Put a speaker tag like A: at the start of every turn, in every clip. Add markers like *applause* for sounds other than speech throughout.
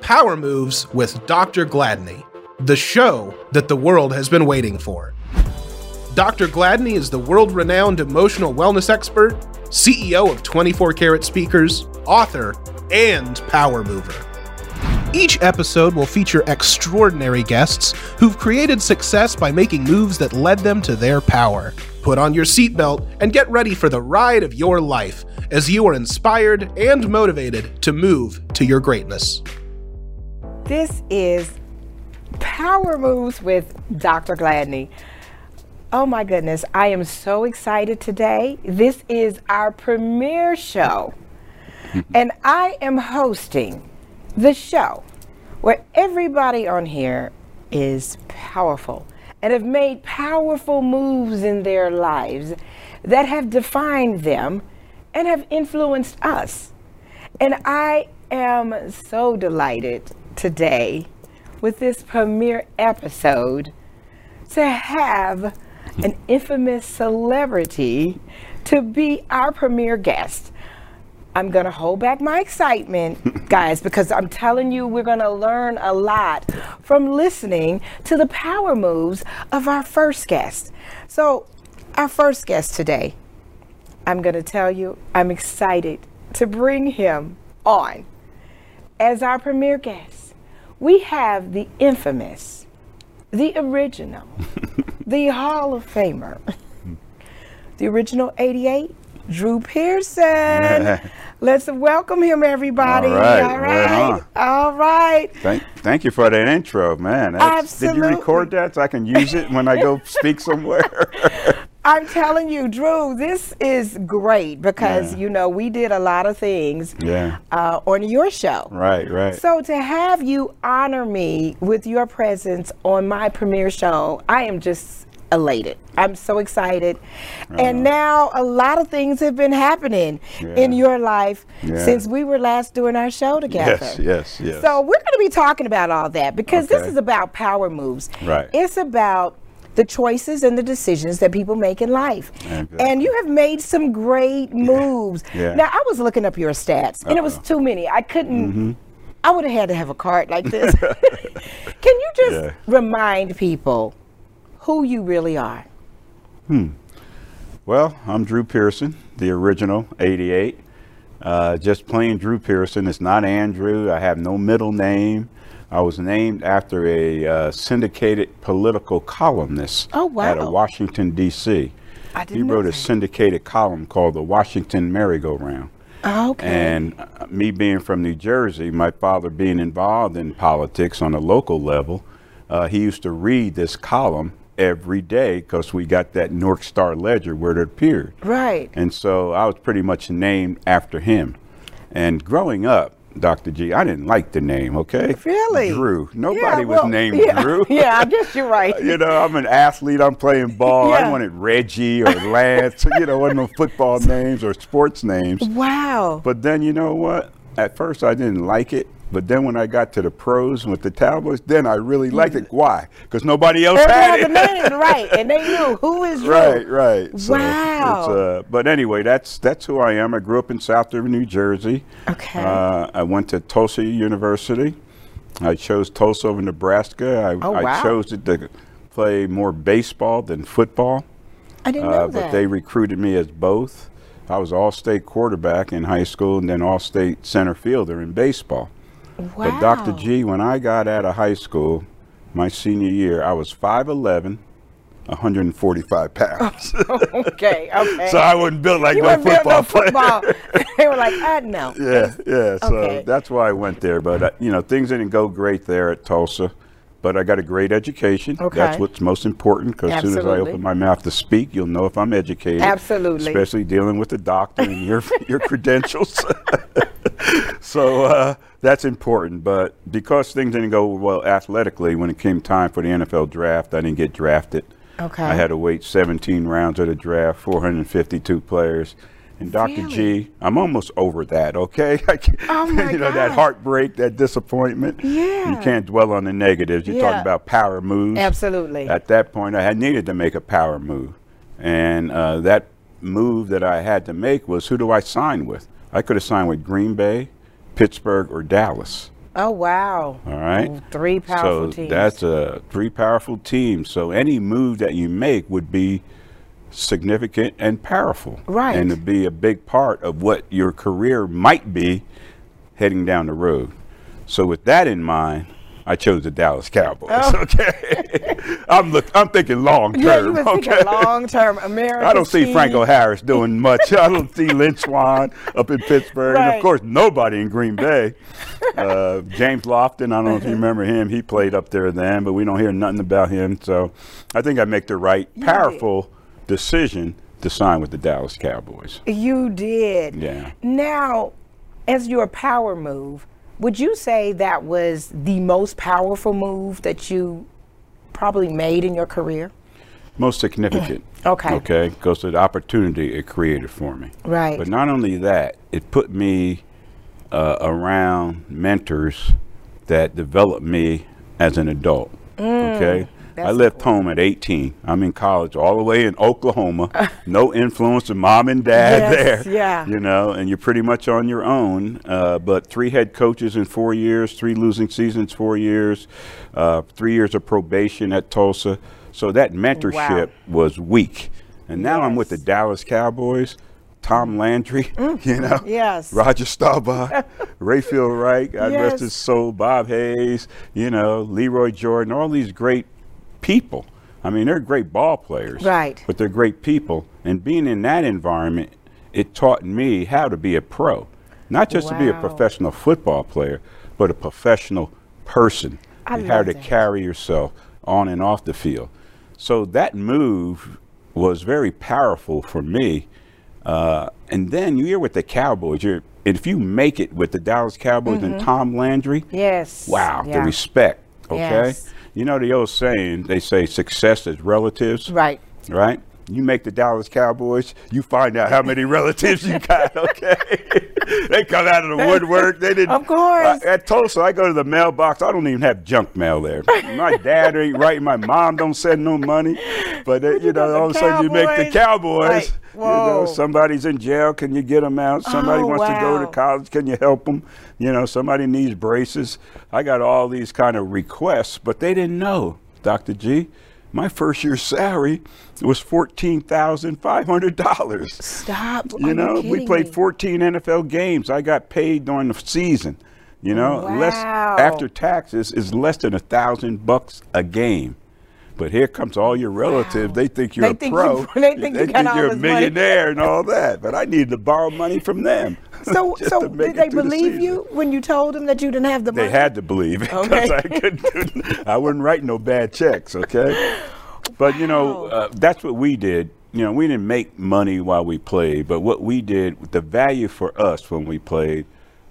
A: Power Moves with Dr. Gladney, the show that the world has been waiting for. Dr. Gladney is the world renowned emotional wellness expert, CEO of 24 Karat Speakers, author, and power mover. Each episode will feature extraordinary guests who've created success by making moves that led them to their power. Put on your seatbelt and get ready for the ride of your life as you are inspired and motivated to move to your greatness.
B: This is Power Moves with Dr. Gladney. Oh my goodness, I am so excited today. This is our premiere show, *laughs* and I am hosting the show where everybody on here is powerful and have made powerful moves in their lives that have defined them and have influenced us. And I am so delighted today with this premiere episode to have an infamous celebrity to be our premiere guest. I'm going to hold back my excitement, guys, because I'm telling you, we're going to learn a lot from listening to the power moves of our first guest. So, our first guest today, I'm going to tell you, I'm excited to bring him on as our premiere guest. We have the infamous, the
C: *laughs*
B: original, the Hall of Famer, the original 88, Drew Pearson. Let's welcome him, everybody.
C: All right,
B: All
C: right
B: right. All right.
C: Thank, thank you for that intro, man. That's- Did you
B: Absolutely.
C: record that so I can use it when I
B: *laughs*
C: go speak somewhere?
B: I'm telling you, Drew, this is great because, you know, we did a lot of things
C: yeah.
B: uh, on your show.
C: Right, right.
B: So to have you honor me with your presence on my premiere show, I am just elated. I'm so excited. And now a lot of things have been happening in
C: Yeah.
B: your life
C: Yeah.
B: since we were last doing our show together.
C: Yes, yes, yes.
B: So we're going to be talking about all that because this
C: Okay.
B: is about power moves.
C: Right.
B: It's about the choices and the decisions that people make in life.
C: Exactly.
B: And you have made some great moves.
C: Yeah.
B: Now I was looking up your stats and it was too many. I couldn't
C: Mm-hmm.
B: I would have had to have a card like
C: *laughs*
B: this. *laughs* Can you just
C: Yeah.
B: remind people who you really are?
C: well, I'm Drew Pearson, the original 88. Uh, just plain Drew Pearson. It's not Andrew. I have no middle name. I was named after a uh, syndicated political columnist
B: Oh, wow.
C: out of Washington, D.C.
B: I
C: he
B: didn't know
C: wrote a
B: that.
C: syndicated column called The Washington Merry-Go-Round.
B: Okay.
C: And uh, me being from New Jersey, my father being involved in politics on a local level, uh, he used to read this column every day because we got that North Star Ledger where it appeared.
B: right.
C: And so I was pretty much named after him. And growing up, Dr. G, I didn't like the name, okay?
B: Really?
C: Drew.
B: Yeah,
C: Nobody
B: well,
C: was named
B: yeah,
C: Drew.
B: *laughs* Yeah, I guess you're right.
C: *laughs* You know, I'm an athlete. I'm playing ball.
B: Yeah.
C: I wanted Reggie or Lance. you know, one of those
B: *laughs*
C: football names or sports names.
B: Wow.
C: But then you know what? At first I didn't like it, but then when I got to the pros with the tablets, then I really
B: Mm.
C: liked it. Why? Because nobody else had
B: Every
C: it.
B: other name, right? And they knew who is Drew.
C: *laughs* right, right. So
B: Wow.
C: It's, uh, but anyway, that's that's who I am. I grew up in South River, New Jersey.
B: Okay.
C: Uh, I went to Tulsa University. I chose Tulsa over Nebraska. I,
B: Oh, wow.
C: I chose it to play more baseball than football.
B: I didn't
C: Uh,
B: know
C: but
B: that.
C: they recruited me as both. I was all-state quarterback in high school and then all-state center fielder in baseball.
B: wow.
C: But Dr. G, when I got out of high school, my senior year, I was 5'11", 145 pounds.
B: *laughs*
C: *laughs*
B: Okay, okay.
C: so I wasn't built like
B: you
C: no
B: weren't built no
C: football player.
B: football. *laughs* they were like, I
C: *laughs*
B: know.
C: yeah, yeah. So
B: Okay.
C: that's why I went there. But uh, you know, things didn't go great there at Tulsa. But I got a great education.
B: Okay.
C: That's what's most important because as soon as I
B: Absolutely.
C: open my mouth to speak, you'll know if I'm educated.
B: Absolutely.
C: Especially dealing with the doctor and your *laughs* your credentials. *laughs* so uh, that's important. But because things didn't go well athletically, when it came time for the NFL draft, I didn't get drafted.
B: Okay.
C: I had to wait 17 rounds of the draft, 452 players. And Dr. G, I'm almost over that, okay? *laughs* I can't-
B: Oh, my
C: you know, that
B: God.
C: heartbreak, that disappointment.
B: Yeah.
C: You can't dwell on the negatives. You're
B: Yeah.
C: talking about power moves.
B: Absolutely.
C: At that point, I had needed to make a power move. And uh, that move that I had to make was who do I sign with? I could have signed with Green Bay, Pittsburgh, or Dallas.
B: Oh, wow. Mm,
C: All right.
B: Three powerful
C: so
B: teams.
C: that's a three powerful teams. So any move that you make would be significant and powerful,
B: Right.
C: And to be a big part of what your career might be heading down the road. So with that in mind, I chose the Dallas Cowboys. *laughs* Okay, I'm look. I'm thinking long term.
B: Oh. yeah, you was
C: okay?
B: thinking long term American.
C: *laughs* I don't see
B: team.
C: Franco Harris doing much. I don't see Lynn Swan up in Pittsburgh. And
B: Right.
C: of course, nobody in Green Bay. Uh, James Lofton, I don't know if you remember him. He played up there then, but we don't hear nothing about him. So I think I make the right, powerful decision to sign with the Dallas Cowboys.
B: You did.
C: Yeah.
B: Now, as your power move, would you say that was the most powerful move that you probably made in your career?
C: Most significant.
B: *clears throat* Okay.
C: Okay. Goes to the opportunity it created for me.
B: Right.
C: But not only that, it put me uh, around mentors that developed me as an adult. okay. I
B: Mm. that's
C: left home at 18. I'm in college all the way in
B: *laughs*
C: Oklahoma. no influence of mom and dad
B: Yes,
C: there.
B: yeah.
C: You know, and you're pretty much on your own. Uh, but three head coaches in four years, three losing seasons, four years, uh, three years of probation at Tulsa. So that mentorship was weak. And now I'm with the
B: Yes.
C: Dallas Cowboys. Tom Landry, *laughs* you know,
B: yes. *laughs*
C: Roger Staubach, Rayfield Wright, God rest
B: Yes.
C: his soul, Bob Hayes, you know, Leroy Jordan, all these great people. I mean, they're great ball players,
B: Right.
C: But they're great people, and being in that environment, it taught me how to be a pro, not just to be a
B: Wow.
C: professional football player, but a professional person
B: I
C: and how
B: love
C: to
B: that.
C: carry yourself on and off the field. So that move was very powerful for me. Uh, and then you're with the Cowboys. You're, and if you make it with the Dallas Cowboys and Tom Landry,
B: Mm-hmm. Yes.
C: wow, the
B: yeah.
C: respect. Okay,
B: Yes.
C: you know the old saying they say success is relatives
B: Right.
C: right? You make the Dallas Cowboys, you find out how many *laughs* relatives you got, *laughs* okay? they come out of the woodwork. They
B: *laughs*
C: didn't.
B: Of course.
C: I- at Tulsa, I go to the mailbox. I don't even have junk
B: *laughs*
C: mail there. My dad ain't writing. My mom don't send no money. But, uh, you
B: got
C: know,
B: the
C: all of a sudden you make the
B: Cowboys.
C: Cowboys.
B: Like,
C: you know,
B: whoa.
C: somebody's in jail. Can you get them out? Somebody
B: Oh,
C: wants to go to
B: wow.
C: college college? Can you help them? You know, somebody needs braces. I got all these kind of requests, but they didn't know, Dr. G. My first year's salary was fourteen thousand five hundred dollars.
B: Stop. Are
C: You know, we
B: kidding
C: played
B: me?
C: 14 NFL games. I got paid during the season. You know, less
B: Wow.
C: after taxes is less than a thousand bucks a game. But here comes all your relatives. They think you're
B: They
C: a
B: think
C: pro.
B: you- *laughs* they think you got all
C: are a
B: this money.
C: millionaire and all that. But I needed to borrow money from them.
B: *laughs* So,
C: *laughs* just
B: so
C: to make
B: did
C: it
B: they
C: through the
B: believe
C: season.
B: you when you told them that you didn't have the money?
C: They had to believe *laughs* because
B: Okay.
C: I couldn't. do- I wouldn't write no bad checks, okay? But you know,
B: Wow.
C: uh, that's what we did. You know, we didn't make money while we played, but what we did, the value for us when we played,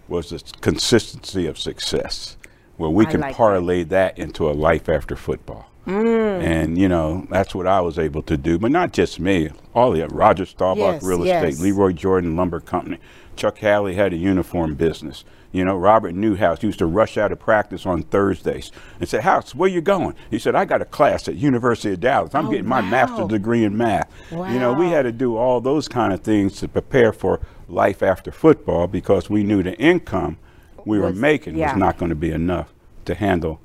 C: was the s- consistency of success, where we
B: I
C: can
B: like that.
C: parlay that into a life after football.
B: Mm.
C: And you know, that's what I was able to do, but not just me. All the Roger Staubach
B: Yes,
C: Real
B: yes.
C: Estate, Leroy. Leroy Jordan Lumber Company. Chuck Halley had a uniform business. You know, Robert Newhouse used to rush out of practice on Thursdays and say, House, where you going? He said, I got a class at University of Dallas. I'm
B: Oh,
C: getting my
B: wow.
C: master's degree in math. You know, we
B: Wow.
C: had to do all those kind of things to prepare for life after football because we knew the income we were
B: Was-
C: making
B: yeah.
C: was not going to be enough to handle,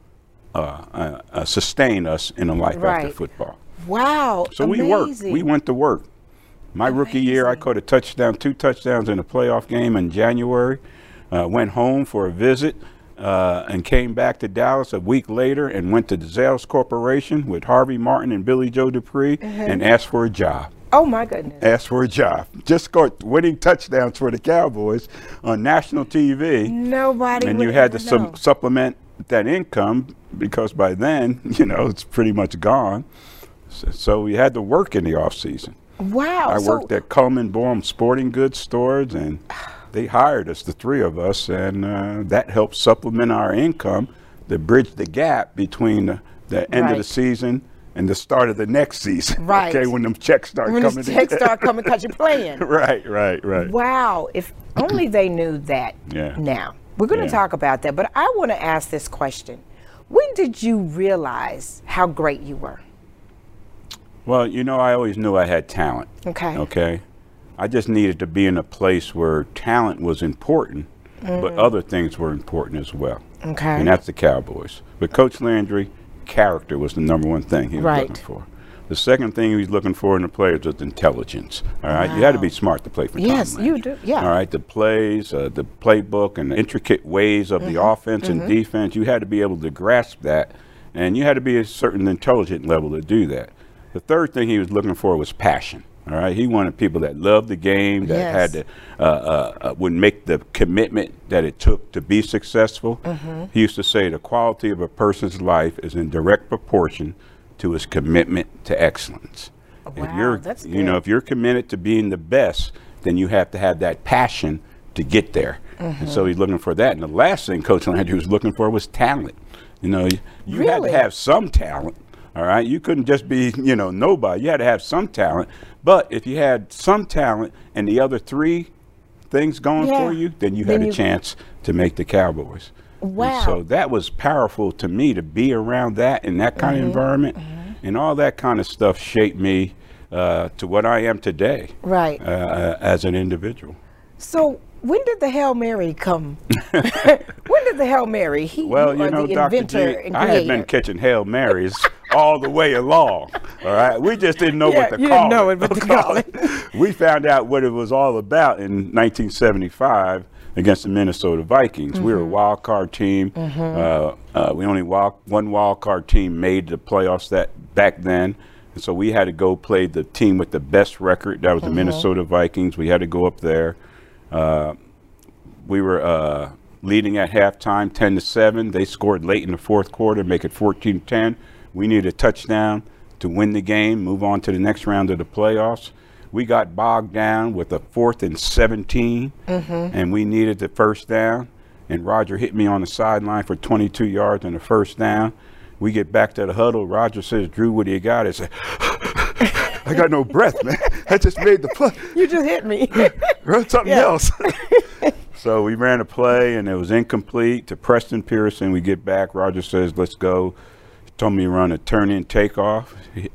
C: uh, uh, uh, sustain us in a life after
B: Right.
C: football.
B: Wow.
C: So we worked.
B: amazing.
C: We went to work. My rookie year, I
B: Amazing.
C: caught a touchdown, two touchdowns in a playoff game in January. Uh, went home for a visit uh, and came back to Dallas a week later and went to the Zales Corporation with Harvey Martin and Billy Joe Dupree
B: Mm-hmm.
C: and asked for a job
B: Oh my goodness.
C: asked for a job. Just scored winning touchdowns for the Cowboys on national TV.
B: Nobody
C: And
B: would
C: you had to
B: ever know.
C: sum- supplement that income because by then, *laughs* you know, it's pretty much gone. So, so you had to work in the off season.
B: Wow.
C: I
B: so
C: worked at Coleman Borum Sporting Goods stores, and they hired us, the three of us, and uh, that helped supplement our income to bridge the gap between the, the end of the
B: Right.
C: season and the start of the next season. *laughs*
B: Right.
C: Okay, when them checks start
B: when
C: coming
B: his checks
C: in.
B: start coming, cause you're playing.
C: *laughs* right, right, right.
B: Wow, if only they knew that
C: *clears throat* Yeah.
B: now. We're going to
C: Yeah.
B: talk about that, but I want to ask this question. When did you realize how great you were?
C: Well, you know, I always knew I had talent.
B: Okay.
C: Okay. I just needed to be in a place where talent was important, but other things were important as well.
B: Mm. Okay.
C: And that's the Cowboys. But Coach Landry, character was the number one thing he was
B: Right.
C: looking for. The second thing he was looking for in the players was intelligence. All right, you had to be smart to play for. Tom
B: Yes, you
C: Landry.
B: do- yeah.
C: All right, the plays, uh, the playbook, and the intricate ways of
B: Mm-hmm.
C: the offense and defense. You had to be able to grasp that, and you had to be a certain intelligent level to do that. The third thing he was looking for was passion. All right, he wanted people that loved the game, that had
B: Yes.
C: the uh, uh, uh, would make the commitment that it took to be successful.
B: Mm-hmm.
C: He used to say the quality of a person's life is in direct proportion to his commitment to excellence. if
B: Wow,
C: you're,
B: that's
C: you know,
B: good.
C: if you're committed to being the best, then you have to have that passion to get there. And so he's looking for that. And the last thing Coach Landry was looking for was talent. You know, you, you had to
B: Really?
C: have some talent. All right, you couldn't just be, you know, nobody. You had to have some talent. But if you had some talent and the other three things going for
B: Yeah.
C: you, then you
B: Then
C: had
B: you-
C: a chance to make the Cowboys. And
B: Wow.
C: so that was powerful to me to be around that in that kind of environment, and all that kind of stuff shaped me uh, to what I am today
B: Right.
C: uh, as an individual.
B: So when did the Hail Mary come?
C: *laughs*
B: when did the Hail Mary? He,
C: Well,
B: are
C: you know,
B: the
C: Dr. G,
B: inventor and
C: I had been
B: creator.
C: catching Hail Marys all the way along. All right. We just didn't know
B: Yeah,
C: what to
B: you
C: call
B: didn't know it, but
C: *laughs* what
B: to call
C: We found out what it was all about in 1975 against the Minnesota Vikings. We
B: Mm-hmm.
C: were a wild card team. Uh, uh, we only wild, one wild card team made the playoffs that back then. And so we had to go play the team with the best record. That was
B: Mm-hmm.
C: the Minnesota Vikings. We had to go up there we were uh, leading at halftime 10 to 7 they scored late in the fourth quarter make it 14 10 we needed a touchdown to win the game move on to the next round of the playoffs we got bogged down with a fourth and 17 and we needed the first down and roger hit me on the sideline for 22 yards on the first down we get back to the huddle roger says drew what do you got i said *laughs* i got no breath man *laughs* i just made the play
B: You just hit
C: *laughs*
B: me.
C: run something
B: Yeah.
C: else. *laughs* so we ran a play and it was incomplete to Preston Pearson. We get back. Roger says, "Let's go." He told me to run a turn in takeoff He-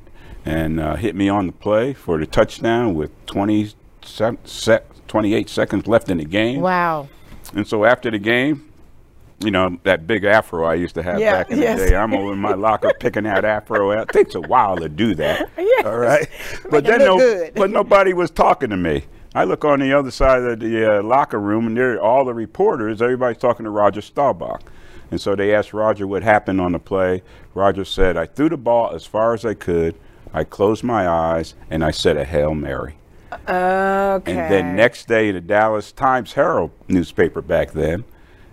C: and uh, hit me on the play for the touchdown with 20 sec- sec- 28 seconds left in the game.
B: wow.
C: And so after the game, you know, that big afro I used to have
B: Yeah,
C: back in
B: yes.
C: the day, I'm over in my locker picking that afro out. takes a while to do that.
B: *laughs* Yes.
C: All right. But
B: it
C: then
B: look good.
C: but nobody was talking to me. I look on the other side of the uh, locker room and there all the reporters, everybody's talking to Roger Staubach. And so they asked Roger what happened on the play. Roger said, I threw the ball as far as I could. I closed my eyes and I said a Hail Mary.
B: Okay.
C: And then next day, the Dallas Times Herald newspaper back then,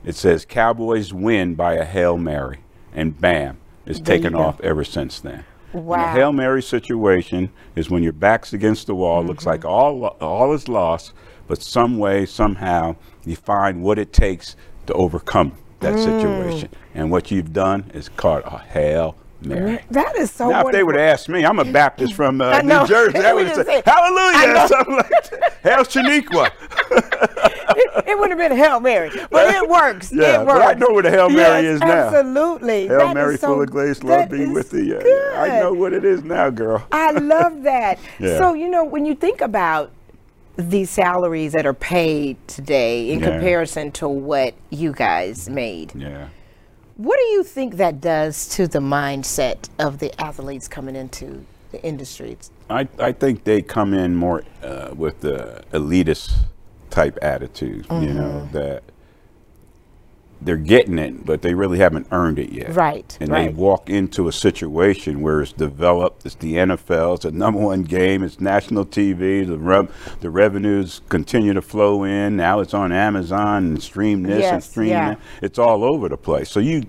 C: it says Cowboys win by a Hail Mary. And bam, it's taken off ever since then. And
B: Wow.
C: a Hail Mary situation is when your back's against the wall, looks like all, lo- all is lost, but some way, somehow, you find what it takes to overcome that situation. And what you've done is called a Hail Mary.
B: that is so
C: Now, if they
B: wonderful.
C: would have asked me, I'm a Baptist from
B: *laughs*
C: uh,
B: I know.
C: New Jersey. I
B: We
C: would have
B: just
C: said,
B: say,
C: Hallelujah, or *laughs* something like that.
B: *laughs*
C: Hail Shaniqua.
B: it, it wouldn't have been Hail Mary, but it works.
C: *laughs* Yeah,
B: it
C: but
B: works.
C: I know what a Hail Mary
B: Yes,
C: is now.
B: Absolutely.
C: Hail
B: That is
C: Mary,
B: so-
C: full of grace, love
B: that
C: be
B: is
C: with thee. Yeah,
B: Good.
C: yeah. I know what it is now, girl. *laughs*
B: I love that.
C: Yeah.
B: So, you know, when you think about the salaries that are paid today in
C: Yeah.
B: comparison to what you guys made,
C: Yeah.
B: what do you think that does to the mindset of the athletes coming into the industry?
C: I, I think they come in more uh, with the elitist type attitude, you know,
B: Mm-hmm.
C: that they're getting it, but they really haven't earned it yet.
B: Right,
C: And they
B: right.
C: walk into a situation where it's developed, it's the NFL, it's the number one game, it's national TV, the, rev- the revenues continue to flow in. Now it's on Amazon and stream this and
B: Yes,
C: stream
B: yeah.
C: that. It's all over the place. So you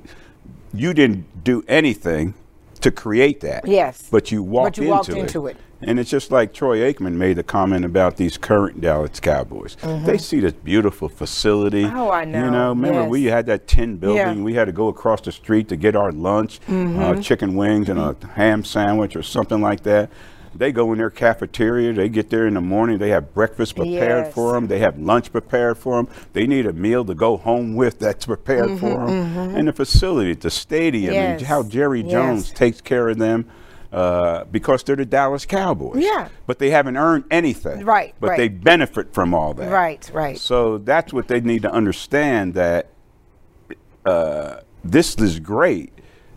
C: you didn't do anything to create that.
B: Yes.
C: But you walked,
B: you
C: into,
B: walked
C: it.
B: into it.
C: And it's just like Troy Aikman made the comment about these current Dallas Cowboys. They see this beautiful facility.
B: Mm-hmm. Oh, I
C: You know,
B: know.
C: remember
B: Yes.
C: we had that tin building.
B: Yeah.
C: We had to go across the street to get our lunch, uh,
B: Mm-hmm.
C: chicken wings and a ham sandwich or something like that. They go in their cafeteria. They get there in the morning. They have breakfast prepared
B: Yes.
C: for them. They have lunch prepared for them. They need a meal to go home with that's prepared for them. And the facility, the stadium, and
B: Mm-hmm, Yes.
C: how Jerry
B: Yes.
C: Jones takes care of them. uh, because they're the Dallas Cowboys.
B: Yeah.
C: But they haven't earned anything.
B: Right,
C: But
B: right.
C: they benefit from all that.
B: Right, right.
C: So that's what they need to understand that uh, this is great,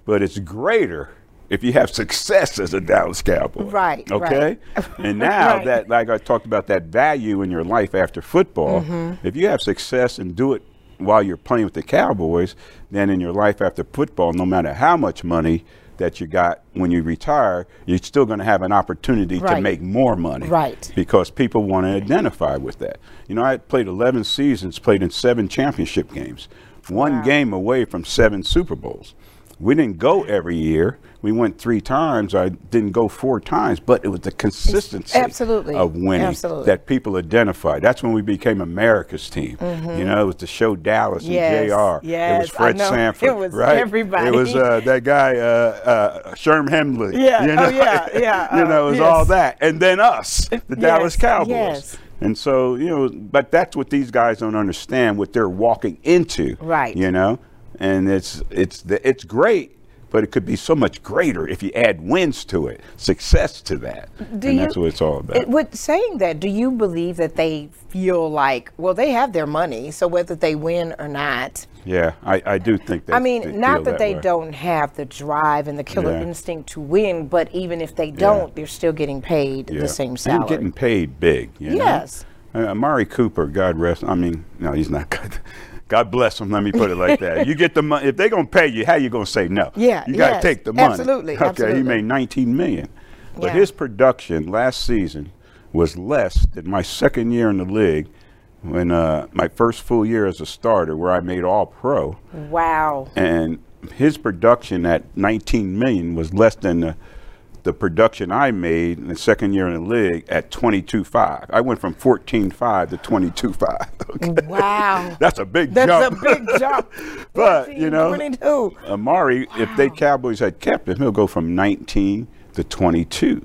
C: but it's greater if you have success as a Dallas Cowboy.
B: Right, right. *laughs*
C: Okay. And now
B: Right.
C: that, like I talked about, that value in your life after football,
B: Mm-hmm.
C: if you have success and do it while you're playing with the Cowboys, then in your life after football, no matter how much money that you got when you retire, you're still going to have an opportunity to
B: Right.
C: make more money.
B: Right.
C: Because people want to identify with that. You know, I played 11 seasons, played in seven championship games, one game away from seven Super Bowls. We didn't go every year. We went three times. I didn't go four times, but it was the consistency
B: Absolutely.
C: of winning
B: Absolutely.
C: that people identified. That's when we became America's team. You know, it was the show Dallas
B: Mm-hmm. Yes,
C: and JR. it
B: yes,
C: was
B: I
C: Fred
B: know.
C: Sanford.
B: It was
C: right?
B: everybody.
C: It was uh, that guy, uh, uh, Sherm Hemley.
B: Yeah,
C: You
B: oh,
C: know?
B: yeah, yeah,
C: *laughs* you
B: uh,
C: know, it was
B: yes.
C: all that. And then us, the Dallas
B: yes,
C: Cowboys.
B: yes.
C: And so, you know, but that's what these guys don't understand what they're walking into.
B: Right.
C: You know, and it's it's the, it's great, but it could be so much greater if you add wins to it, success to that.
B: Do
C: and
B: you-
C: that's what it's all about.
B: It, with saying that, do you believe that they feel like, well, they have their money, so whether they win or not,
C: yeah, I, I do think that.
B: I mean, not that, they don't have the drive and the killer
C: Yeah.
B: instinct to win, but even if they don't, they're still getting paid the same
C: And
B: salary.
C: getting paid big. You know?
B: Yes.
C: Uh, Amari Cooper, God rest. I mean, no, he's not *laughs* God. God bless him. Let me put it like that. You get the money. If they're gonna pay you, how you gonna say no?
B: Yeah,
C: You gotta
B: yes,
C: take the money.
B: absolutely,
C: Okay.
B: absolutely.
C: He made 19 million, but
B: Yeah.
C: his production last season was less than my second year in the league, when uh, my first full year as a starter, where I made All Pro
B: wow.
C: and his production at 19 million was less than the, the production I made in the second year in the league at 22.5. I went from 14.5 to 22.5. Okay.
B: Wow.
C: *laughs* That's a big
B: That's
C: jump.
B: a big jump.
C: *laughs* But, you know,
B: 1922.
C: Amari, if they Cowboys had kept him, he'll go from 19 to 22.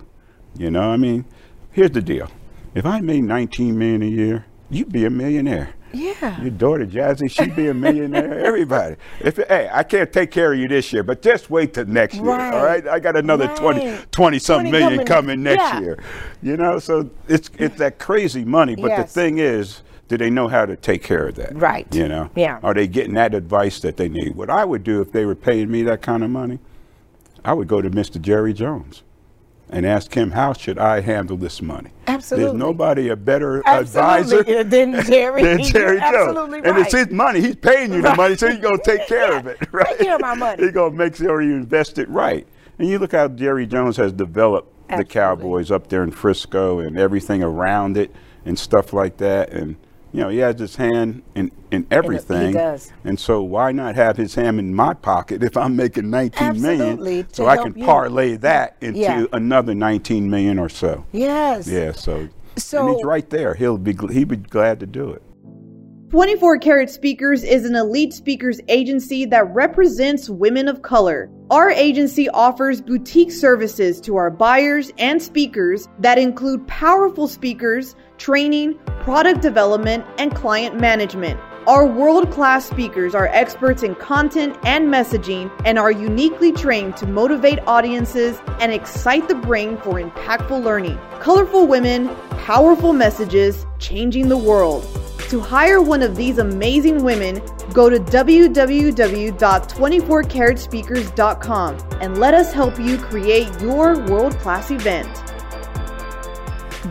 C: You know, I mean, here's the deal. If I made 19 million a year, you'd be a millionaire.
B: Yeah.
C: Your daughter Jazzy, she'd be
B: *laughs*
C: a millionaire. Everybody. If hey, I can't take care of you this year, but just wait till next year. All
B: Right.
C: right. I got another twenty,
B: Right.
C: twenty 20
B: 20
C: something million
B: coming.
C: coming next
B: Yeah.
C: year. You know, so it's it's that crazy money. But
B: Yes.
C: the thing is, do they know how to take care of that?
B: Right.
C: You know?
B: Yeah.
C: Are they getting that advice that they need? What I would do if they were paying me that kind of money, I would go to Mr. Jerry Jones and ask him how should I handle this money. There's
B: Absolutely.
C: nobody a better advisor
B: Absolutely.
C: *laughs*
B: Then Jerry.
C: than
B: *laughs* you're
C: Jerry Jones.
B: absolutely
C: And it's
B: right.
C: his money. He's paying you the money, so
B: *laughs*
C: you're going to take care of it. *laughs* Right?
B: care of my money.
C: He's going to make sure you invest it right. And you look how Jerry Jones has developed the
B: Absolutely.
C: Cowboys up there in Frisco and everything around it and stuff like that. And, you know, he has his hand in, in everything.
B: does.
C: And so why not have his hand in my pocket if I'm making 19 million?
B: Absolutely, to
C: So I
B: help
C: can
B: you.
C: parlay that into
B: Yeah.
C: another 19 million or so.
B: Yes.
C: Yeah, so, and he's
B: So-
C: right there. He'll be gl- he'd be glad to do it.
D: 24 Karat Speakers is an elite speakers agency that represents women of color. Our agency offers boutique services to our buyers and speakers that include powerful speakers, training, product development, and client management. Our world class speakers are experts in content and messaging and are uniquely trained to motivate audiences and excite the brain for impactful learning. Colorful women, powerful messages, changing the world. To hire one of these amazing women, go to www.24carrotspeakers.com and let us help you create your world class event.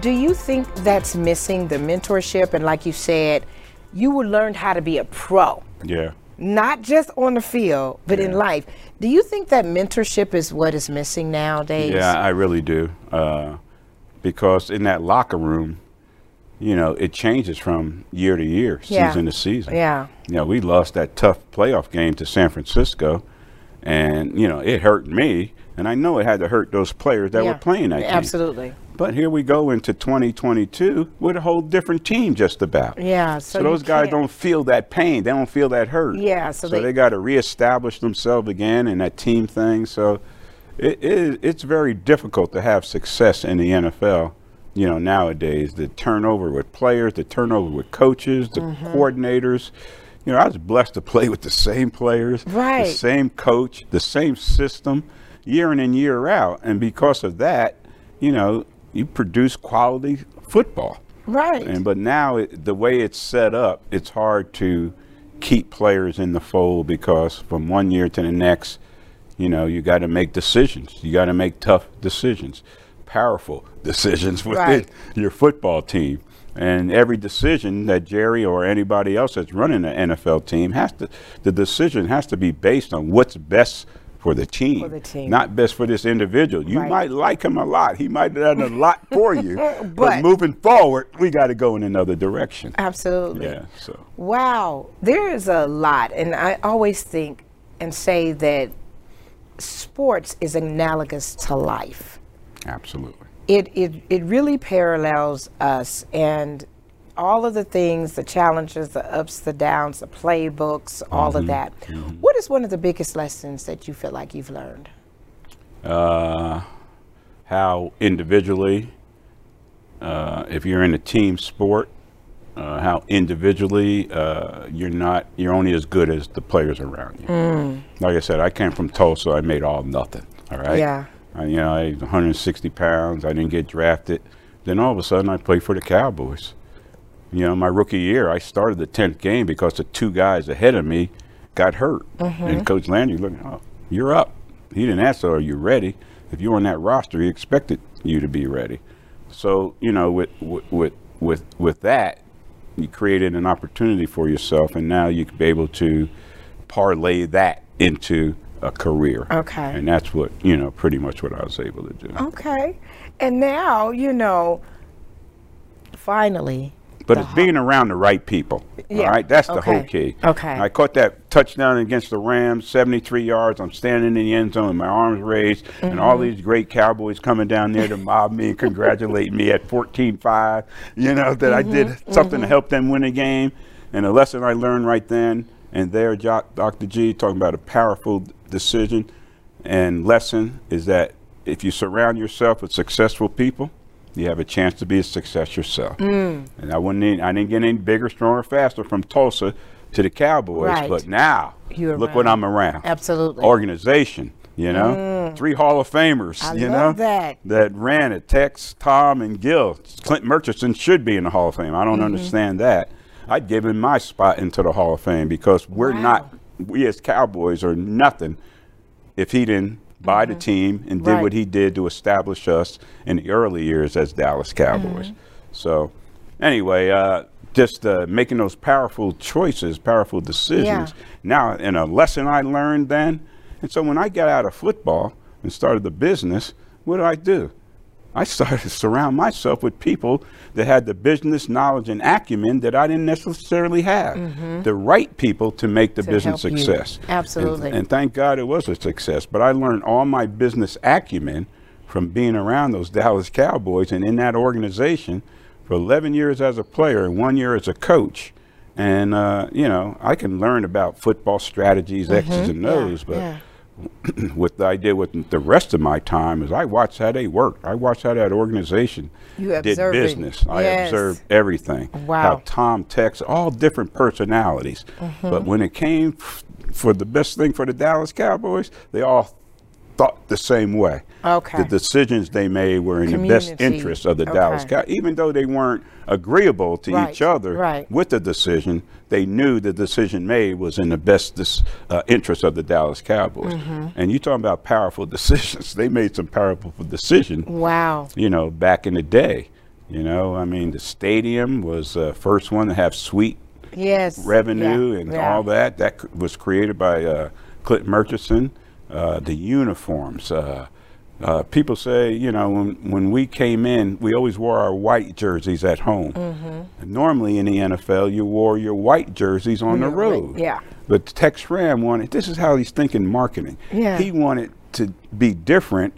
B: Do you think that's missing the mentorship? And like you said, you will learn how to be a pro,
C: Yeah.
B: not just on the field, but in
C: Yeah.
B: life. Do you think that mentorship is what is missing nowadays?
C: Yeah, I really do. Uh, because in that locker room, you know, it changes from year to year,
B: Yeah.
C: season to season.
B: Yeah.
C: You know, we lost that tough playoff game to San Francisco, and, you know, it hurt me. And I know it had to hurt those players that
B: Yeah.
C: were playing that game.
B: Absolutely.
C: But here we go into 2022 with a whole different team, just about.
B: Yeah, so
C: So, those
B: you
C: guys
B: can't-
C: don't feel that pain. They don't feel that hurt.
B: Yeah, so
C: they,
B: they-
C: got to reestablish themselves again in that team thing. So it is it's very difficult to have success in the NFL. You know nowadays the turnover with players, the turnover with coaches, the
B: Mm-hmm.
C: coordinators. You know I was blessed to play with the same players, the
B: Right.
C: same coach, the same system. year in and year out. And because of that, you know, you produce quality football.
B: Right.
C: And but now it, the way it's set up, it's hard to keep players in the fold because from one year to the next, you know, you got to make decisions. You got to make tough decisions, powerful *laughs* decisions within
B: Right.
C: *laughs* your football team. And every decision that Jerry or anybody else that's running an NFL team has to, the decision has to be based on what's best for the team,
B: the team.
C: not best for this individual. You
B: Right.
C: might like him a lot. He might have done a lot for
B: *laughs*
C: you.
B: But-
C: but moving forward, we got to go in another direction.
B: Absolutely.
C: Yeah. So.
B: Wow, there is a lot. And I always think and say that sports is analogous to life.
C: Absolutely.
B: It, it, it really parallels us and all of the things the challenges, the ups, the downs, the playbooks, all
C: Mm-hmm.
B: of that. What is one of the biggest lessons that you feel like you've learned?
C: How individually, uh, if you're in a team sport, uh, how individually uh, you're not you're only as good as the players around you.
B: Mm.
C: Like I said, I came from Tulsa. I made all nothing. All right.
B: Yeah.
C: I, you know, I was 160 pounds. I didn't get drafted. Then all of a sudden, I played for the Cowboys. You know, my rookie year, I started the 10th game because the two guys ahead of me got hurt.
B: Mm-hmm.
C: And Coach Landry looked, oh, you're up. He didn't ask, so are you ready? If you were on that roster, he expected you to be ready. So, you know, with, with- with, with, with that, you created an opportunity for yourself, and now you could be able to parlay that into a career.
B: Okay. Oh,
C: And that's what, you know, pretty much what I was able to do.
B: Okay. And now, you know, finally,
C: But it's being around the right people.
B: Yeah,
C: All right, that's the whole
B: okay,
C: key.
B: okay.
C: I caught that touchdown against the Rams, 73 yards. I'm standing in the end zone, with my arms raised, and all these great Cowboys coming down there to mob me and congratulate me at 14-5. You know that I did something to help them win a game. And the lesson I learned right then and there, Jo- Dr. G, talking about a powerful decision and lesson is that if you surround yourself with successful people, you have a chance to be a success yourself. And I wouldn't. Need, I didn't get any bigger, stronger, faster from Tulsa to the Cowboys.
B: Right.
C: But now,
B: You're
C: look what
B: around.
C: I'm around.
B: Absolutely. Mm.
C: Organization. You know, three Hall of Famers.
B: I
C: you
B: love
C: know
B: that.
C: that ran at Tex, Tom, and Gil. Clint Murchison should be in the Hall of Fame. I
B: Mm-hmm.
C: don't understand that. I'd give him my spot into the Hall of Fame because we're
B: Wow.
C: not. We as Cowboys are nothing if he didn't buy the team and did
B: Right.
C: what he did to establish us in the early years as Dallas Cowboys. So, anyway, uh, just uh, making those powerful choices, powerful decisions. Now, and a lesson I learned then, and so when I got out of football and started the business, what did I do? I started to surround myself with people that had the business knowledge and acumen that I didn't necessarily have. The right people to make the
B: To
C: business
B: help you.
C: success. And-
B: Absolutely.
C: and thank God it was a success. But I learned all my business acumen from being around those Dallas Cowboys and in that organization for 11 years as a player and one year as a coach. And, uh, you know, I can learn about football strategies, X's and O's, but
B: Mm-hmm. yeah.
C: what I did *clears throat* with the rest of my time is I watched how they worked. I watched how that organization
B: You
C: did
B: observing.
C: business. I
B: Yes.
C: observed everything.
B: Wow. Mm-hmm.
C: How Tom Tex, all different personalities. But when it came f- for the best thing for the Dallas Cowboys, they all thought the same way.
B: Okay.
C: The decisions they made were in the best
B: Community.
C: interest of the Dallas
B: Okay.
C: Cowboys. Even though they weren't agreeable to each
B: Right,
C: other
B: right.
C: with the decision, they knew the decision made was in the best dis, uh, interest of the Dallas Cowboys.
B: Mm-hmm.
C: And you talking about powerful *laughs* decisions. they made some powerful decisions
B: Wow.
C: you know, back in the day. You know, I mean, the stadium was the first one to have suite
B: Yes.
C: revenue
B: yeah,
C: and
B: yeah.
C: all that. That c- was created by uh, Clint Murchison. Uh, the uniforms. Uh, uh, people say, you know, when, when we came in, we always wore our white jerseys at home.
B: Mm-hmm.
C: And normally in the NFL, you wore your white jerseys on the road.
B: Mm, yeah.
C: But Tex Ram wanted, this is how he's thinking marketing.
B: Yeah.
C: He wanted to be different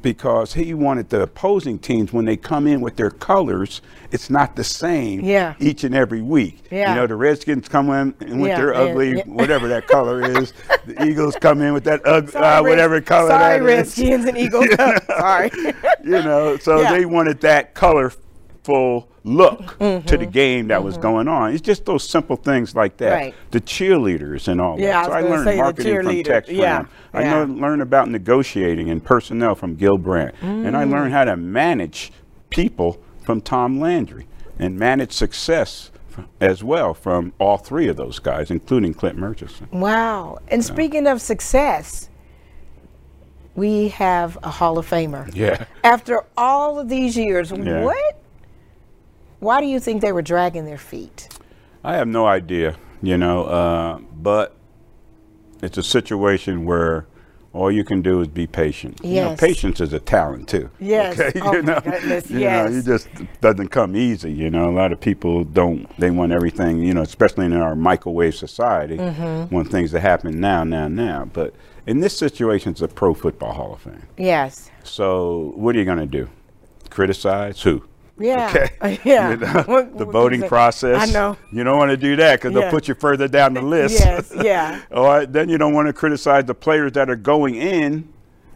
C: because he wanted the opposing teams, when they come in with their colors, it's not the same
B: Yeah.
C: each and every week.
B: Yeah.
C: You know, the Redskins come in and with
B: Yeah,
C: their
B: and-
C: ugly,
B: yeah.
C: whatever that color is. The Eagles come in
B: *laughs*
C: with that ugly,
B: Sorry,
C: uh, whatever
B: Red-
C: color
B: Sorry,
C: that is. *laughs*
B: Redskins and Eagles. *laughs* Sorry.
C: You know, so
B: Yeah.
C: they wanted that color youthful look
B: Mm-hmm.
C: to the game that was going on. It's just those simple things like that.
B: Right.
C: The cheerleaders and all
B: Yeah, I
C: that. so
B: was
C: I
B: gonna
C: learned
B: say the
C: marketing from
B: cheerleader.
C: Tex
B: Yeah,
C: Brown. I
B: yeah.
C: know, learned about negotiating and personnel from Gil Brandt. And I learned how to
B: Mm.
C: manage people from Tom Landry and manage success f- as well from all three of those guys, including Clint Murchison.
B: Wow. And speaking of success, we have a Hall of Famer.
C: Yeah.
B: After all of these years,
C: Yeah.
B: what? Why do you think they were dragging their feet?
C: I have no idea, you know, uh, but it's a situation where all you can do is be patient. You know,
B: Yes.
C: patience is a talent too.
B: Yes.
C: Okay? *laughs*
B: Oh,
C: you
B: my
C: know,
B: goodness,
C: you know,
B: yes.
C: it just doesn't come easy. You know, a lot of people don't. They want everything. You know, especially in our microwave society,
B: Mm-hmm.
C: want things to happen now, now, now. But in this situation, it's a Pro Football Hall of Fame.
B: Yes.
C: So what are you going to do? Criticize who? *laughs*
B: Yeah.
C: Okay.
B: *laughs* Yeah.
C: You know,
B: What- what
C: the
B: can
C: voting
B: you say?
C: process.
B: I
C: *laughs*
B: know.
C: You don't want to do that because
B: Yeah.
C: they'll put you further
B: *laughs*
C: down the list. *laughs*
B: Yes. Yeah.
C: or then you don't want to criticize the players that are going in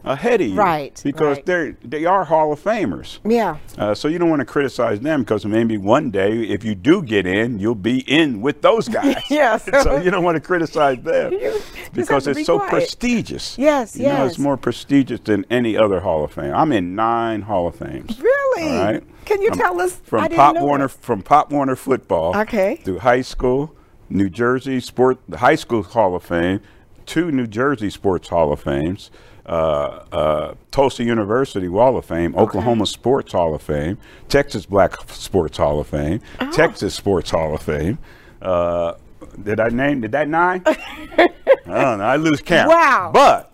C: ahead of you.
B: Right,
C: Because
B: right.
C: they're they are Hall of Famers.
B: Yeah.
C: Uh, so you don't want to criticize them because maybe one day if you do get in, you'll be in with
B: *laughs*
C: those guys.
B: Yeah, so-
C: *laughs* so you don't want to criticize
B: *laughs*
C: them
B: have
C: because
B: to
C: it's
B: be
C: so
B: quiet.
C: prestigious.
B: Yes,
C: you know,
B: yes.
C: it's more prestigious than any other Hall of Fame. I'm in nine Hall of Fames.
B: Really?
C: All right.
B: Can you
C: From-
B: tell us?
C: from
B: I didn't
C: Pop
B: know
C: Warner
B: that.
C: from Pop Warner football?
B: Okay.
C: Through high school, New Jersey Sport the High School Hall of Fame, two New Jersey Sports Hall of Fames, uh, uh, Tulsa University Wall of Fame, Oklahoma Sports Hall of Fame, Texas Black Sports Hall of Fame,
B: Oh.
C: Texas Sports Hall of Fame. Uh, did I name? Did
B: *laughs*
C: that nine? I don't know. I lose count.
B: Wow.
C: But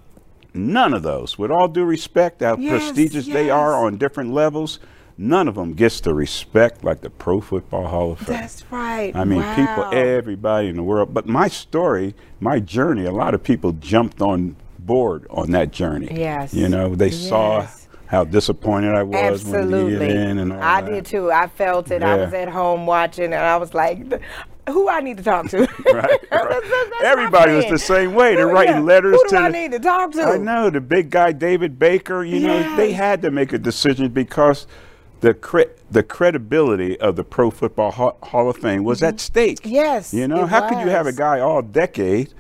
C: none of those, with all due respect, how
B: Yes,
C: prestigious they are
B: yes.
C: on different levels, none of them gets the respect like the Pro Football Hall of Fame.
B: That's right.
C: I mean, people,
B: Wow.
C: everybody in the world. But my story, my journey, a lot of people jumped on board on that journey.
B: Yes.
C: You know, they saw
B: Yes.
C: how disappointed I was when he
B: Absolutely.
C: did in and all
B: I
C: that.
B: did too. I felt it. I
C: Yeah.
B: was at home watching, and I was like, "Th- "Who I need to talk to?"
C: *laughs* right?
B: *laughs* That's-
C: right.
B: that's my
C: Everybody was
B: friend.
C: the same way. They're
B: Who-
C: writing
B: yeah,
C: letters
B: who do
C: to.
B: I
C: the-
B: need to talk to?
C: I know the big guy David Baker. You know they
B: Yes.
C: had to make a decision because the cre- the credibility of the Pro Football Hall, Hall of Fame was at stake.
B: Mm-hmm. Yes,
C: You know
B: it
C: how could you have
B: was.
C: a guy all decade,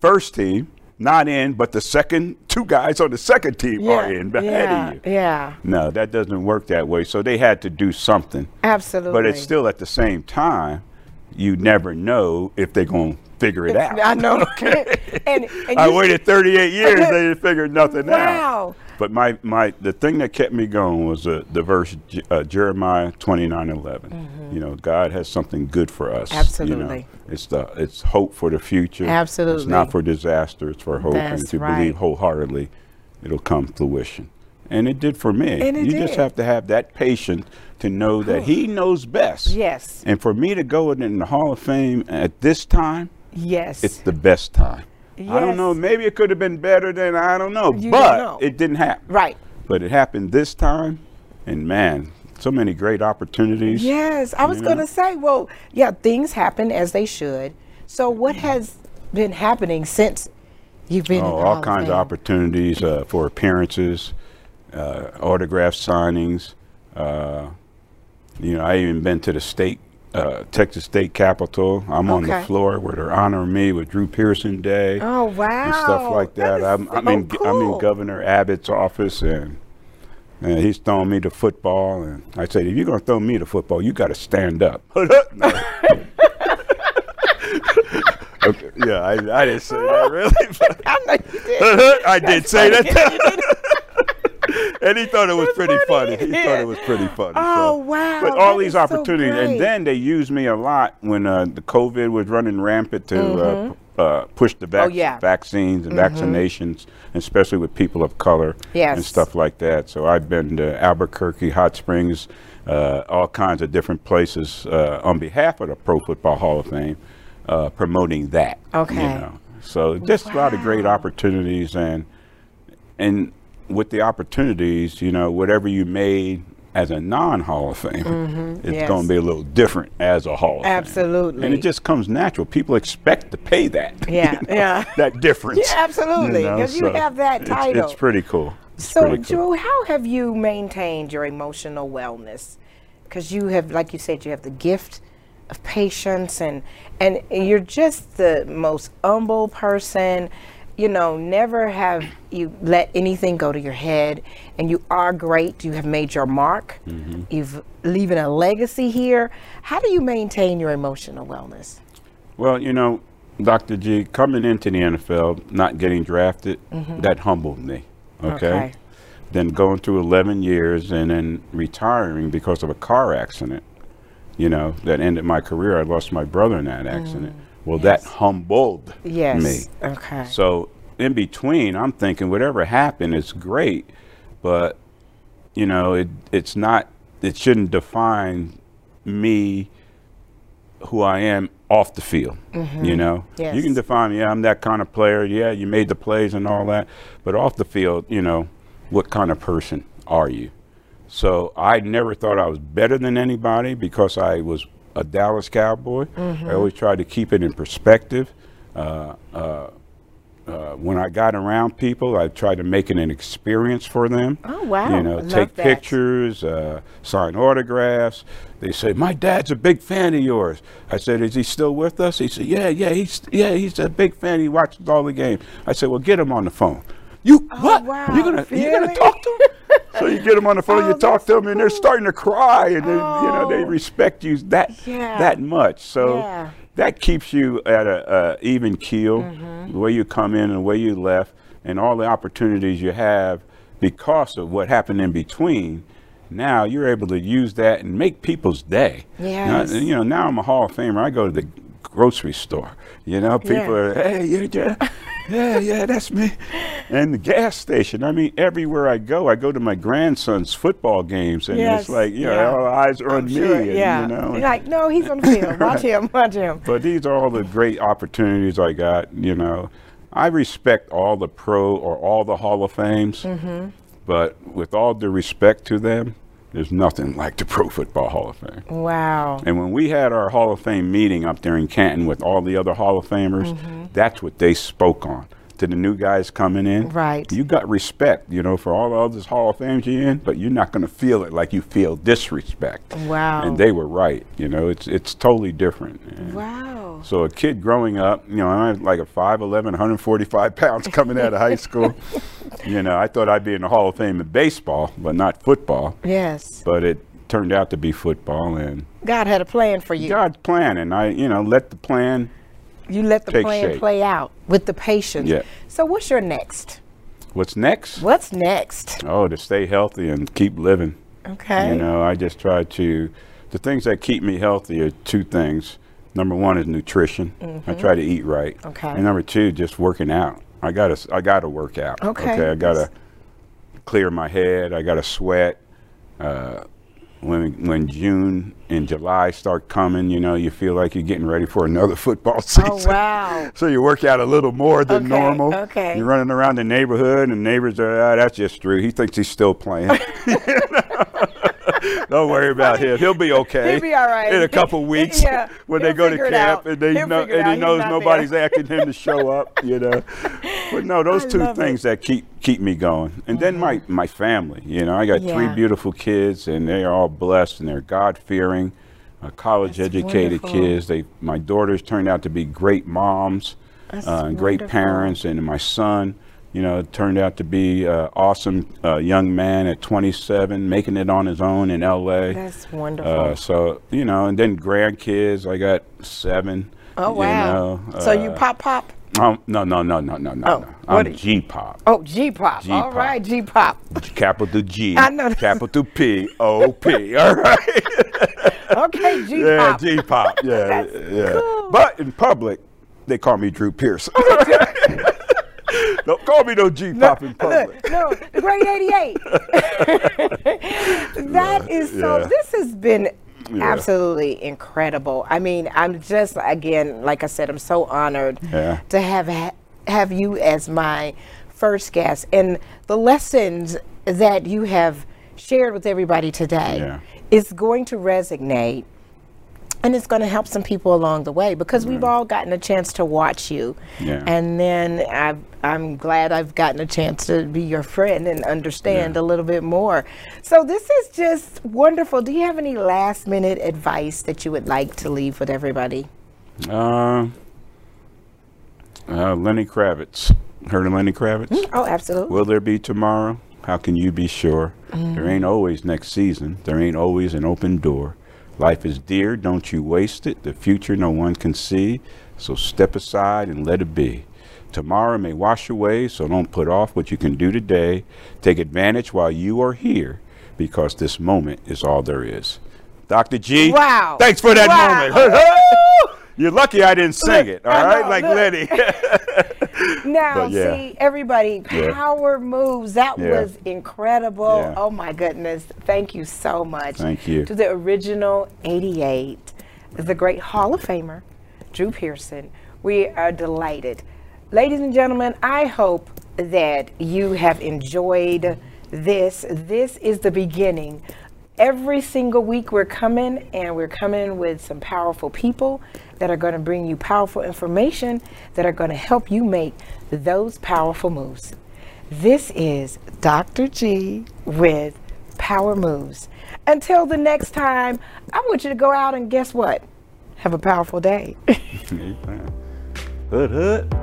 C: first team, not in, but the second two guys on the second team are in
B: Yeah.
C: ahead
B: Yeah.
C: of you.
B: yeah.
C: No, that doesn't work that way. So they had to do something.
B: Absolutely.
C: But it's still at the same time, you never know if they're going to figure it out.
B: I *laughs* know. and, and
C: I
B: you-
C: waited 38 years, they didn't figure nothing
B: Wow.
C: out. But my, my the thing that kept me going was the, the verse J- uh, Jeremiah 29 11. You know, God has something good for us. you know.
B: Mm-hmm. Absolutely.
C: It's the it's hope for the future. It's
B: Absolutely.
C: not for disaster, it's for hope. and
B: That's
C: if you
B: right.
C: believe wholeheartedly, it'll come fruition. And it did for me.
B: And it
C: you just
B: did.
C: have to have that patience to know that he knows best.
B: Yes.
C: And for me to go in in the Hall of Fame at this time,
B: yes.
C: it's the best time. I don't know.
B: Yes.
C: Maybe it could have been better than I don't know,
B: You don't
C: but
B: know.
C: it didn't happen.
B: Right.
C: But it happened this time, and man, so many great opportunities.
B: Yes, I was going to say, well, yeah, things happen as they should. So, what has been happening since you've been? in
C: Oh,
B: the Hall
C: all kinds of
B: Fame?
C: opportunities uh, for appearances, uh, autograph signings. Uh, you know, I even been to the state, uh, Texas State Capitol. I'm on the
B: Okay.
C: floor where they're honoring me with Drew Pearson Day.
B: Oh,
C: and stuff
B: wow.
C: like that.
B: That is
C: I'm, I'm
B: so
C: in I'm
B: cool.
C: in Governor Abbott's office, and, and he's throwing me the football. And I said, if you're gonna throw me the football, you got to stand up. *laughs* No. okay, yeah, I, I didn't say that really. but-
B: I know you did.
C: Uh-huh. I did say
B: *laughs*
C: that. and he thought it was pretty funny. He thought
B: Yeah.
C: it was
B: *laughs*
C: pretty funny.
B: Oh,
C: so.
B: wow,
C: But all
B: that is
C: these
B: so
C: opportunities,
B: great.
C: and then they used me a lot when uh, the COVID was running rampant to uh, p- uh, push the vac-
B: Mm-hmm. Oh, yeah. Mm-hmm.
C: vaccines and vaccinations, especially with people of color
B: Yes.
C: and stuff like that. So I've been to Albuquerque, Hot Springs, uh, all kinds of different places uh, on behalf of the Pro Football Hall of Fame, uh, promoting that. you
B: Okay.
C: know. So just a lot of great opportunities and and with the opportunities, you know, whatever you made as a non Hall of Famer, it's
B: Mm-hmm. yes.
C: going to be a little different as a Hall of Famer.
B: Absolutely.
C: And it just comes natural. People expect to pay that. *laughs* you
B: Yeah,
C: know,
B: yeah.
C: That difference.
B: Yeah, absolutely,
C: know,
B: 'cause you have that
C: it's- It's,
B: title.
C: pretty cool. It's
B: So,
C: pretty cool.
B: Drew, how have you maintained your emotional wellness? because you have, like you said, you have the gift of patience and and you're just the most humble person. You know, never have you let anything go to your head, and you are great. You have made your mark.
C: Mm-hmm.
B: You've leaving a legacy here. How do you maintain your emotional wellness?
C: Well, you know, Dr. G, coming into the NFL, not getting drafted, that humbled me.
B: Mm-hmm.
C: Okay?
B: Okay.
C: Then going through 11 years and then retiring because of a car accident, you know, that ended my career. I lost my brother in that accident. well, that humbled
B: Mm. Yes.
C: me.
B: Okay.
C: So in between, I'm thinking whatever happened is great, but you know, it it's not it shouldn't define me who I am off the field. You know, you can
B: Yes.
C: define me. Yeah, I'm that kind of player. Yeah, you made the plays and all that, but off the field, you know, what kind of person are you? So I never thought I was better than anybody because I was a Dallas Cowboy. I always tried to keep it in perspective. Uh, uh, uh, when I got around people, I tried to make it an experience for them.
B: Oh, wow.
C: You know,
B: I love
C: take
B: that.
C: pictures, uh, sign autographs. They say, "My dad's a big fan of yours." I said, "Is he still with us?" He said, "Yeah, yeah, he's yeah, he's a big fan. He watches all the games." I said, "Well, get him on the phone." You what?
B: Oh, wow,
C: You're gonna you're
B: really?
C: gonna talk to
B: *laughs*
C: him? so you get them on the phone,
B: Oh,
C: you talk
B: that's
C: to them, and they're starting to cry, and they, you know they
B: Oh.
C: respect you that
B: Yeah.
C: that much. So
B: Yeah.
C: that keeps you at a, a even keel,
B: Mm-hmm.
C: the way you come in and the way you left, and all the opportunities you have because of what happened in between. Now you're able to use that and make people's day. Now,
B: Yes.
C: you know, now I'm a Hall of Famer. I go to the grocery store. You know, people
B: Yeah.
C: are, hey, you're just, yeah, yeah, that's me. And the gas station. I mean, everywhere I go, I go to my grandson's football games, and
B: Yes.
C: it's like, you
B: Yeah.
C: know, all eyes are on
B: Sure,
C: me. and,
B: yeah.
C: You know,
B: You're like, no, he's on the field.
C: *laughs*
B: Watch him. Watch him.
C: but these are all the great opportunities I got. You know, I respect all the pro or all the Hall of Fames,
B: Mm-hmm.
C: but with all due respect to them, there's nothing like the Pro Football Hall of Fame.
B: Wow.
C: And when we had our Hall of Fame meeting up there in Canton with all the other Hall of Famers,
B: Mm-hmm.
C: that's what they spoke on to the new guys coming in.
B: Right.
C: You got respect, you know, for all the others Hall of Fames you're in, but you're not going to feel it like you feel disrespect.
B: Wow.
C: And they were right. You know, it's it's totally different. And
B: Wow.
C: So a kid growing up, you know, I'm like a 5'11", 145 pounds *laughs* coming out of high school. You know, I thought I'd be in the Hall of Fame in baseball, but not football.
B: Yes.
C: But it turned out to be football, and
B: God had a plan for you.
C: God's plan, and I, you know, let the plan.
B: you let the
C: Take
B: plan
C: shape.
B: play out with the patience.
C: Yeah.
B: So what's your next?
C: What's next?
B: What's next?
C: Oh, to stay healthy and keep living.
B: Okay.
C: You know, I just try to. The things that keep me healthy are two things. Number one is nutrition. I try to eat right.
B: Mm-hmm. Okay.
C: And number two, just working out. I gotta, s- I gotta work out.
B: Okay.
C: I gotta clear my head. I gotta sweat. Uh, when when June and July start coming, you know, you feel like you're getting ready for another *laughs* football season.
B: Oh wow.
C: So you work out a little more than
B: Okay,
C: normal.
B: okay.
C: You're running around the neighborhood, and neighbors are, ah, that's just Drew. He thinks he's still playing.
B: *laughs*
C: *laughs* Don't worry about him. He'll be okay.
B: He'll be all right.
C: In a couple
B: *laughs*
C: weeks
B: Yeah,
C: when they
B: he'll
C: go to
B: figure it
C: camp
B: out.
C: and they
B: He'll
C: know
B: figure it
C: and he
B: out. He's
C: knows
B: not there.
C: nobody's asking him
B: *laughs*
C: to show up, you know. But no, those
B: I
C: two
B: love it. Mm-hmm.
C: things that keep keep me going. And then my my family, you know, I got three
B: Yeah.
C: beautiful kids and they are all blessed and they're God-fearing, uh, college-educated
B: wonderful.
C: kids is they my daughters turned out to be great moms
B: That's
C: uh, and great
B: wonderful.
C: parents and my son you know turned out to be an awesome uh, young man at 27 making it on his own in la
B: That's wonderful.
C: uh, so you know and then grandkids i got seven
B: oh
C: you
B: wow.
C: know,
B: so you
C: uh,
B: pop pop.
C: um, no no no no no no
B: Oh,
C: no
B: what
C: i'm
B: are-
C: g-pop
B: Oh G pop. All
C: G-pop.
B: right, G pop.
C: capital g
B: I know.
C: capital p o
B: *laughs*
C: p all right
B: *laughs* Okay, G
C: yeah
B: pop.
C: g-pop yeah yeah
B: cool.
C: but in public they call me
B: *laughs*
C: drew pierce *laughs* Don't call me no G pop in public.
B: Look, no, the grade
C: *laughs*
B: 88. That is so,
C: yeah.
B: this has been
C: Yeah.
B: absolutely incredible. I mean, I'm just, again, like I said, I'm so honored
C: Yeah.
B: to have ha- have you as my first guest and the lessons that you have shared with everybody today
C: Yeah.
B: is going to resonate and it's going to help some people along the way because we've all gotten a chance to watch you
C: Yeah.
B: and then I've, i'm glad i've gotten a chance to be your friend and understand a little bit more so this is just wonderful do you have any last minute advice that you would like to leave with everybody
C: Uh, uh, Lenny Kravitz. Heard of Lenny Kravitz?
B: oh absolutely
C: Will there be tomorrow? How can you be sure? There
B: Mm.
C: ain't always next season. There ain't always an open door. Life is dear, don't you waste it. The future no one can see. So step aside and let it be. Tomorrow may wash away, so don't put off what you can do today. Take advantage while you are here, because this moment is all there is. Dr. G.
B: Wow.
C: Thanks for that
B: Wow.
C: moment. You're lucky I didn't sing it, all
B: I
C: right?
B: know,
C: like
B: look.
C: Lenny.
B: now
C: But yeah.
B: see everybody
C: Yeah.
B: power moves that
C: Yeah.
B: was incredible
C: Yeah.
B: oh my goodness thank you so much
C: Thank you.
B: to the original 88 the great hall of famer drew pearson we are delighted ladies and gentlemen i hope that you have enjoyed this this is the beginning Every single week, we're coming and we're coming with some powerful people that are going to bring you powerful information that are going to help you make those powerful moves. This is Dr. G with Power Moves. Until the next time, I want you to go *laughs* out and guess what? Have a powerful day.
C: hood, hood.